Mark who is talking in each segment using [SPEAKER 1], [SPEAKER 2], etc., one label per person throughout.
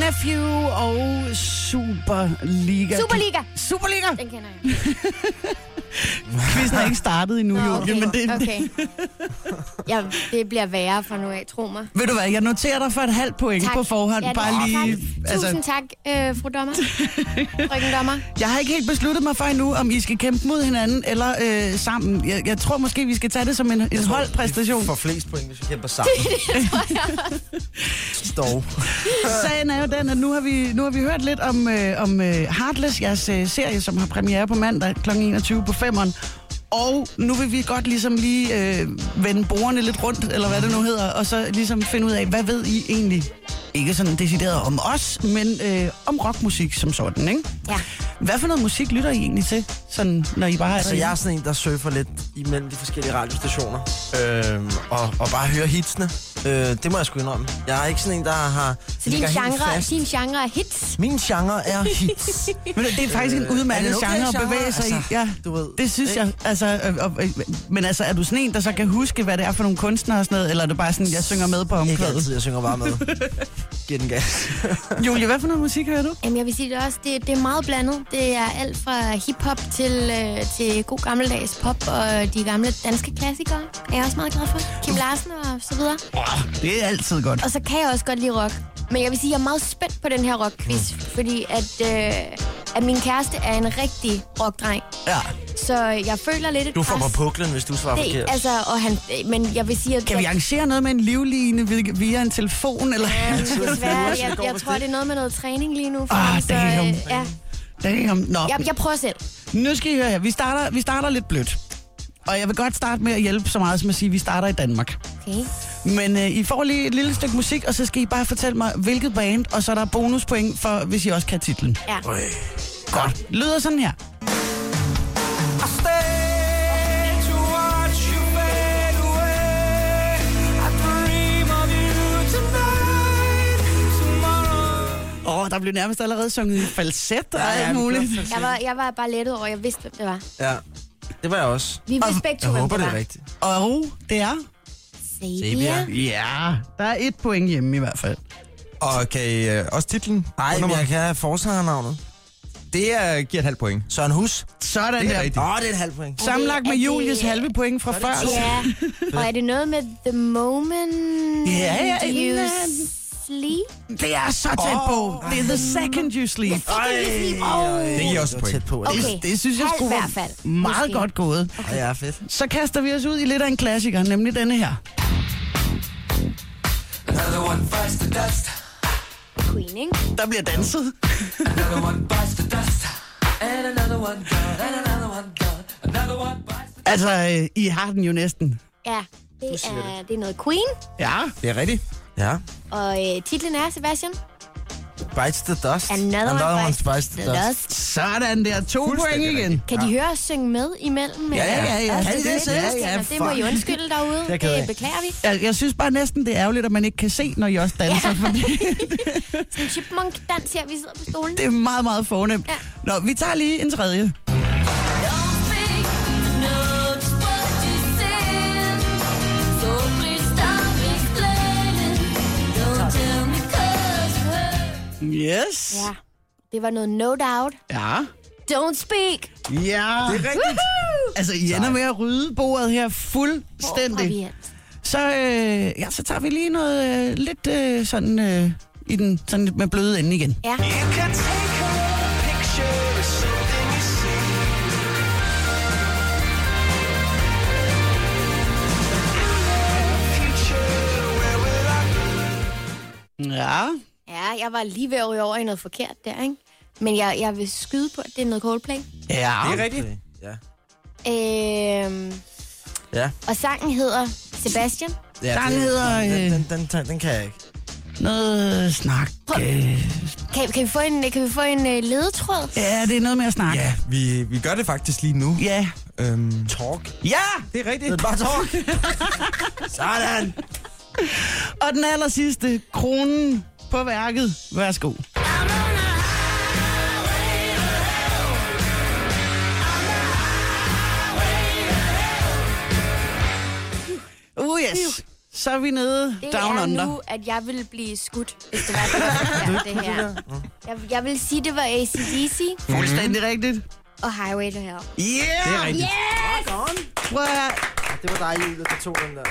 [SPEAKER 1] Nephew og Superliga.
[SPEAKER 2] Superliga.
[SPEAKER 1] Superliga.
[SPEAKER 2] Den kender jeg.
[SPEAKER 1] Quizzen er ikke startet endnu,
[SPEAKER 2] Nå,
[SPEAKER 1] Nå, okay. men det,
[SPEAKER 2] okay. Ja, det bliver værre fra nu af, tro mig.
[SPEAKER 1] Ved du hvad, jeg noterer dig for et halvt point
[SPEAKER 2] Tak.
[SPEAKER 1] på forhånd.
[SPEAKER 2] Ja, det-
[SPEAKER 1] bare lige, altså-
[SPEAKER 2] Tak. Tusind tak, øh, fru dommer. Frøken dommer.
[SPEAKER 1] jeg har ikke helt besluttet mig for endnu, om I skal kæmpe mod hinanden eller øh, sammen. Jeg, jeg tror måske, vi skal tage det som en, en holdpræstation.
[SPEAKER 3] For flest point, hvis vi kæmper sammen. Stov.
[SPEAKER 1] Sagen er jo den, at nu har vi, nu har vi hørt lidt om, øh, om øh, Heartless, jeres øh, serie, som har premiere på mandag kl. 21 på 5'eren. Og nu vil vi godt ligesom lige øh, vende bordene lidt rundt, eller hvad det nu hedder, og så ligesom finde ud af, hvad ved I egentlig? Ikke sådan decideret om os, men øh, om rockmusik som sådan, ikke?
[SPEAKER 2] Ja.
[SPEAKER 1] Hvad for noget musik lytter I egentlig til, sådan, når I bare er
[SPEAKER 3] Altså,
[SPEAKER 1] derhjemme?
[SPEAKER 3] jeg er sådan en, der surfer lidt imellem de forskellige radiostationer. Øh, og, og bare hører hitsene. Øh, det må jeg sgu indrømme. Jeg er ikke sådan en, der har...
[SPEAKER 2] Så din
[SPEAKER 3] ligger helt
[SPEAKER 2] genre,
[SPEAKER 3] fast.
[SPEAKER 2] din genre er hits.
[SPEAKER 3] Min genre er hits.
[SPEAKER 1] Men det er faktisk en
[SPEAKER 3] Øh, er
[SPEAKER 1] udmærket
[SPEAKER 3] det okay
[SPEAKER 1] genre at
[SPEAKER 3] genre?
[SPEAKER 1] bevæge sig i.
[SPEAKER 3] Altså,
[SPEAKER 1] Ja,
[SPEAKER 3] du ved,
[SPEAKER 1] det synes
[SPEAKER 3] ikke?
[SPEAKER 1] jeg. Altså, øh, og, øh, men altså, er du sådan en, der så kan huske, hvad det er for nogle kunstnere og sådan noget, eller er det bare sådan, jeg synger med på
[SPEAKER 3] ikke
[SPEAKER 1] omkvædet?
[SPEAKER 3] altid, jeg synger bare med. Giv den gas.
[SPEAKER 1] Julie, hvad for noget musik hører du?
[SPEAKER 2] Jamen, jeg vil sige det også, det, det er meget blandet. Det er alt fra hiphop til, øh, til god gammeldags pop, og de gamle danske klassikere er jeg også meget glad for. Kim Larsen og så videre.
[SPEAKER 1] Det er altid godt.
[SPEAKER 2] Og så kan jeg også godt lide rock. Men jeg vil sige, at jeg er meget spændt på den her rockquiz,
[SPEAKER 1] Mm.
[SPEAKER 2] fordi at, øh, at min kæreste er en rigtig rockdreng.
[SPEAKER 1] Ja.
[SPEAKER 2] Så jeg føler lidt et
[SPEAKER 3] Du får mig
[SPEAKER 2] pres.
[SPEAKER 3] puklen, hvis du svarer
[SPEAKER 2] Altså, det,
[SPEAKER 3] forkert.
[SPEAKER 2] altså, og han, men jeg vil sige, at
[SPEAKER 1] Kan vi arrangere noget med en livline via- via en telefon? Eller?
[SPEAKER 2] Ja, desværre,
[SPEAKER 3] Det
[SPEAKER 2] jeg,
[SPEAKER 3] går
[SPEAKER 2] jeg
[SPEAKER 3] vist
[SPEAKER 2] tror,
[SPEAKER 3] ikke.
[SPEAKER 2] det er noget med noget træning lige nu. For
[SPEAKER 1] Ah,
[SPEAKER 2] ham, så, øh,
[SPEAKER 1] damn.
[SPEAKER 2] ja.
[SPEAKER 1] Damn. Nå,
[SPEAKER 2] jeg, jeg prøver selv.
[SPEAKER 1] nu skal I høre her. Vi starter, vi starter lidt blødt. Og jeg vil godt starte med at hjælpe så meget som at sige, at vi starter i Danmark.
[SPEAKER 2] Okay.
[SPEAKER 1] Men øh, I får lige et lille stykke musik, og så skal I bare fortælle mig, hvilket band, og så er der bonuspoint, for, hvis I også kan titlen.
[SPEAKER 2] Ja.
[SPEAKER 1] Godt. Lyder sådan her. Åh, oh, der blev nærmest allerede sunget i falset og
[SPEAKER 3] ja,
[SPEAKER 1] alt
[SPEAKER 3] vi
[SPEAKER 1] muligt.
[SPEAKER 3] kører
[SPEAKER 2] Jeg var, jeg var bare lettet over, jeg vidste, hvem det var.
[SPEAKER 3] Ja, det var jeg også.
[SPEAKER 2] Vi vidste begge to,
[SPEAKER 3] Jeg
[SPEAKER 2] hvem
[SPEAKER 3] håber,
[SPEAKER 2] det
[SPEAKER 3] det
[SPEAKER 2] var.
[SPEAKER 3] er rigtigt.
[SPEAKER 1] Og det er...
[SPEAKER 2] Sabia.
[SPEAKER 1] Ja, der er et point hjemme i hvert fald.
[SPEAKER 4] Og kan I øh, også titlen?
[SPEAKER 3] Nej, men
[SPEAKER 4] Nummer-
[SPEAKER 3] jeg kan have forsangernavnet.
[SPEAKER 4] Det er, giver et halvt point.
[SPEAKER 3] Søren Hus.
[SPEAKER 1] Sådan
[SPEAKER 4] Det er
[SPEAKER 1] der.
[SPEAKER 4] rigtigt.
[SPEAKER 3] Åh, oh, det er et halvt point.
[SPEAKER 1] Sammenlagt med
[SPEAKER 2] Er det-
[SPEAKER 1] Julies halve point fra før.
[SPEAKER 2] Ja. Og er det noget med The Moment?
[SPEAKER 1] Ja, ja,
[SPEAKER 2] Do
[SPEAKER 1] en,
[SPEAKER 2] you
[SPEAKER 1] øh,
[SPEAKER 2] sleep?
[SPEAKER 1] Det er så tæt på. Det er the second you sleep.
[SPEAKER 4] Det giver også
[SPEAKER 3] Det var tæt
[SPEAKER 4] point.
[SPEAKER 3] på.
[SPEAKER 2] Okay.
[SPEAKER 1] Det, det synes jeg
[SPEAKER 2] Halv
[SPEAKER 1] skulle
[SPEAKER 2] i
[SPEAKER 1] være
[SPEAKER 2] hvert fald.
[SPEAKER 1] meget
[SPEAKER 2] Måske.
[SPEAKER 1] godt gået.
[SPEAKER 3] Okay. Ja, fedt.
[SPEAKER 1] Så kaster vi os ud i lidt af en klassiker, nemlig denne her.
[SPEAKER 2] Queen, ikke?
[SPEAKER 1] Der bliver danset. Altså, øh, I har den jo næsten.
[SPEAKER 2] Ja, det er, det er noget Queen.
[SPEAKER 1] Ja.
[SPEAKER 4] Det er rigtigt.
[SPEAKER 3] Ja.
[SPEAKER 2] Og øh, titlen er, Sebastian?
[SPEAKER 3] Bites the dust.
[SPEAKER 2] Another,
[SPEAKER 3] one,
[SPEAKER 2] bites
[SPEAKER 3] bites the dust.
[SPEAKER 1] Sådan der. To point
[SPEAKER 4] Fuldstændig
[SPEAKER 1] igen.
[SPEAKER 2] Kan de høre os synge med imellem?
[SPEAKER 1] Ja,
[SPEAKER 2] eller?
[SPEAKER 1] ja, ja.
[SPEAKER 2] Altså,
[SPEAKER 1] Kan de
[SPEAKER 2] det,
[SPEAKER 1] det?
[SPEAKER 2] det,
[SPEAKER 1] Ja,
[SPEAKER 2] det,
[SPEAKER 1] ja,
[SPEAKER 2] det, det må
[SPEAKER 1] fuck.
[SPEAKER 2] I undskylde derude.
[SPEAKER 3] er jeg ked af.
[SPEAKER 2] Det beklager vi.
[SPEAKER 1] Jeg, jeg synes bare næsten, det er ærgerligt, at man ikke kan se, når I også danser, fordi
[SPEAKER 2] Sådan en chipmunk-dans her, vi sidder på stolen.
[SPEAKER 1] det er meget, meget fornemt.
[SPEAKER 2] Ja.
[SPEAKER 1] Nå, vi tager lige en tredje. Yes.
[SPEAKER 2] Ja. Det var noget no doubt.
[SPEAKER 1] Ja.
[SPEAKER 2] Don't speak.
[SPEAKER 1] Ja.
[SPEAKER 3] Det er rigtigt.
[SPEAKER 1] Altså, I ender med at rydde bordet her
[SPEAKER 2] Hvor er vi
[SPEAKER 1] fuldstændig.
[SPEAKER 2] hen?
[SPEAKER 1] Så, øh, ja, så tager vi lige noget øh, lidt øh, sådan, øh, i den, sådan lidt med bløde ende igen.
[SPEAKER 2] Ja.
[SPEAKER 1] Ja.
[SPEAKER 2] ja, jeg var lige ved at ryge over i noget forkert der, ikke? Men jeg, jeg vil skyde på, at det er noget Coldplay.
[SPEAKER 1] Ja.
[SPEAKER 4] Det er rigtigt.
[SPEAKER 3] Ja.
[SPEAKER 2] Øhm,
[SPEAKER 3] Ja.
[SPEAKER 2] og sangen hedder Sebastian.
[SPEAKER 3] ja
[SPEAKER 1] Den
[SPEAKER 3] det-
[SPEAKER 1] hedder, øh,
[SPEAKER 3] Den, den, den, den, den kan jeg ikke.
[SPEAKER 1] Noget snak. øh.
[SPEAKER 2] Kan, kan, vi få en, kan vi få en øh, ledetråd?
[SPEAKER 1] Ja, det er noget med at snakke.
[SPEAKER 4] Ja, vi, vi gør det faktisk lige nu.
[SPEAKER 1] Ja.
[SPEAKER 4] Øhm,
[SPEAKER 3] Talk.
[SPEAKER 1] Ja!
[SPEAKER 4] det er
[SPEAKER 3] Det
[SPEAKER 4] rigtigt.
[SPEAKER 3] er bare talk. Sådan.
[SPEAKER 1] Og den aller sidste, kronen på værket. Værsgo. Uh, yes. Så er vi nede
[SPEAKER 2] Det
[SPEAKER 1] down
[SPEAKER 2] er
[SPEAKER 1] under.
[SPEAKER 2] nu, at jeg ville blive skudt, hvis det var det, der var det her. Jeg, jeg vil sige, det var ACDC
[SPEAKER 1] Fuldstændig rigtigt.
[SPEAKER 2] og Highway to Hell.
[SPEAKER 1] Yeah!
[SPEAKER 5] Det er rigtigt.
[SPEAKER 2] Yes!
[SPEAKER 1] Prøv at høre.
[SPEAKER 3] Det var dig, Julie, der tog den der.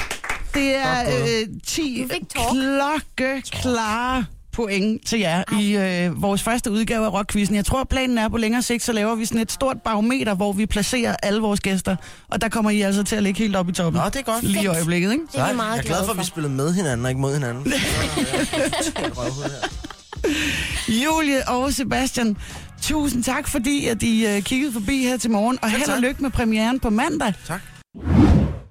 [SPEAKER 1] Det er
[SPEAKER 5] Godt gået.
[SPEAKER 1] øh, 10
[SPEAKER 2] Du fik talk.
[SPEAKER 1] klokkeklare point til jer i øh, vores første udgave af Rockquizzen. Jeg tror, planen er på længere sigt, så laver vi sådan et stort barometer, hvor vi placerer alle vores gæster. Og der kommer I altså til at ligge helt op i toppen.
[SPEAKER 3] Nå, det er godt.
[SPEAKER 1] Lige i øjeblikket, ikke?
[SPEAKER 6] Det er vi meget
[SPEAKER 3] jeg er glad for, at vi spillede med hinanden og ikke mod hinanden. Så er jeg totalt røvhul her.
[SPEAKER 1] Julie og Sebastian, tusind tak, fordi at I øh, kiggede forbi her til morgen. Og held og
[SPEAKER 3] tak.
[SPEAKER 1] lykke med premieren på mandag.
[SPEAKER 3] tak.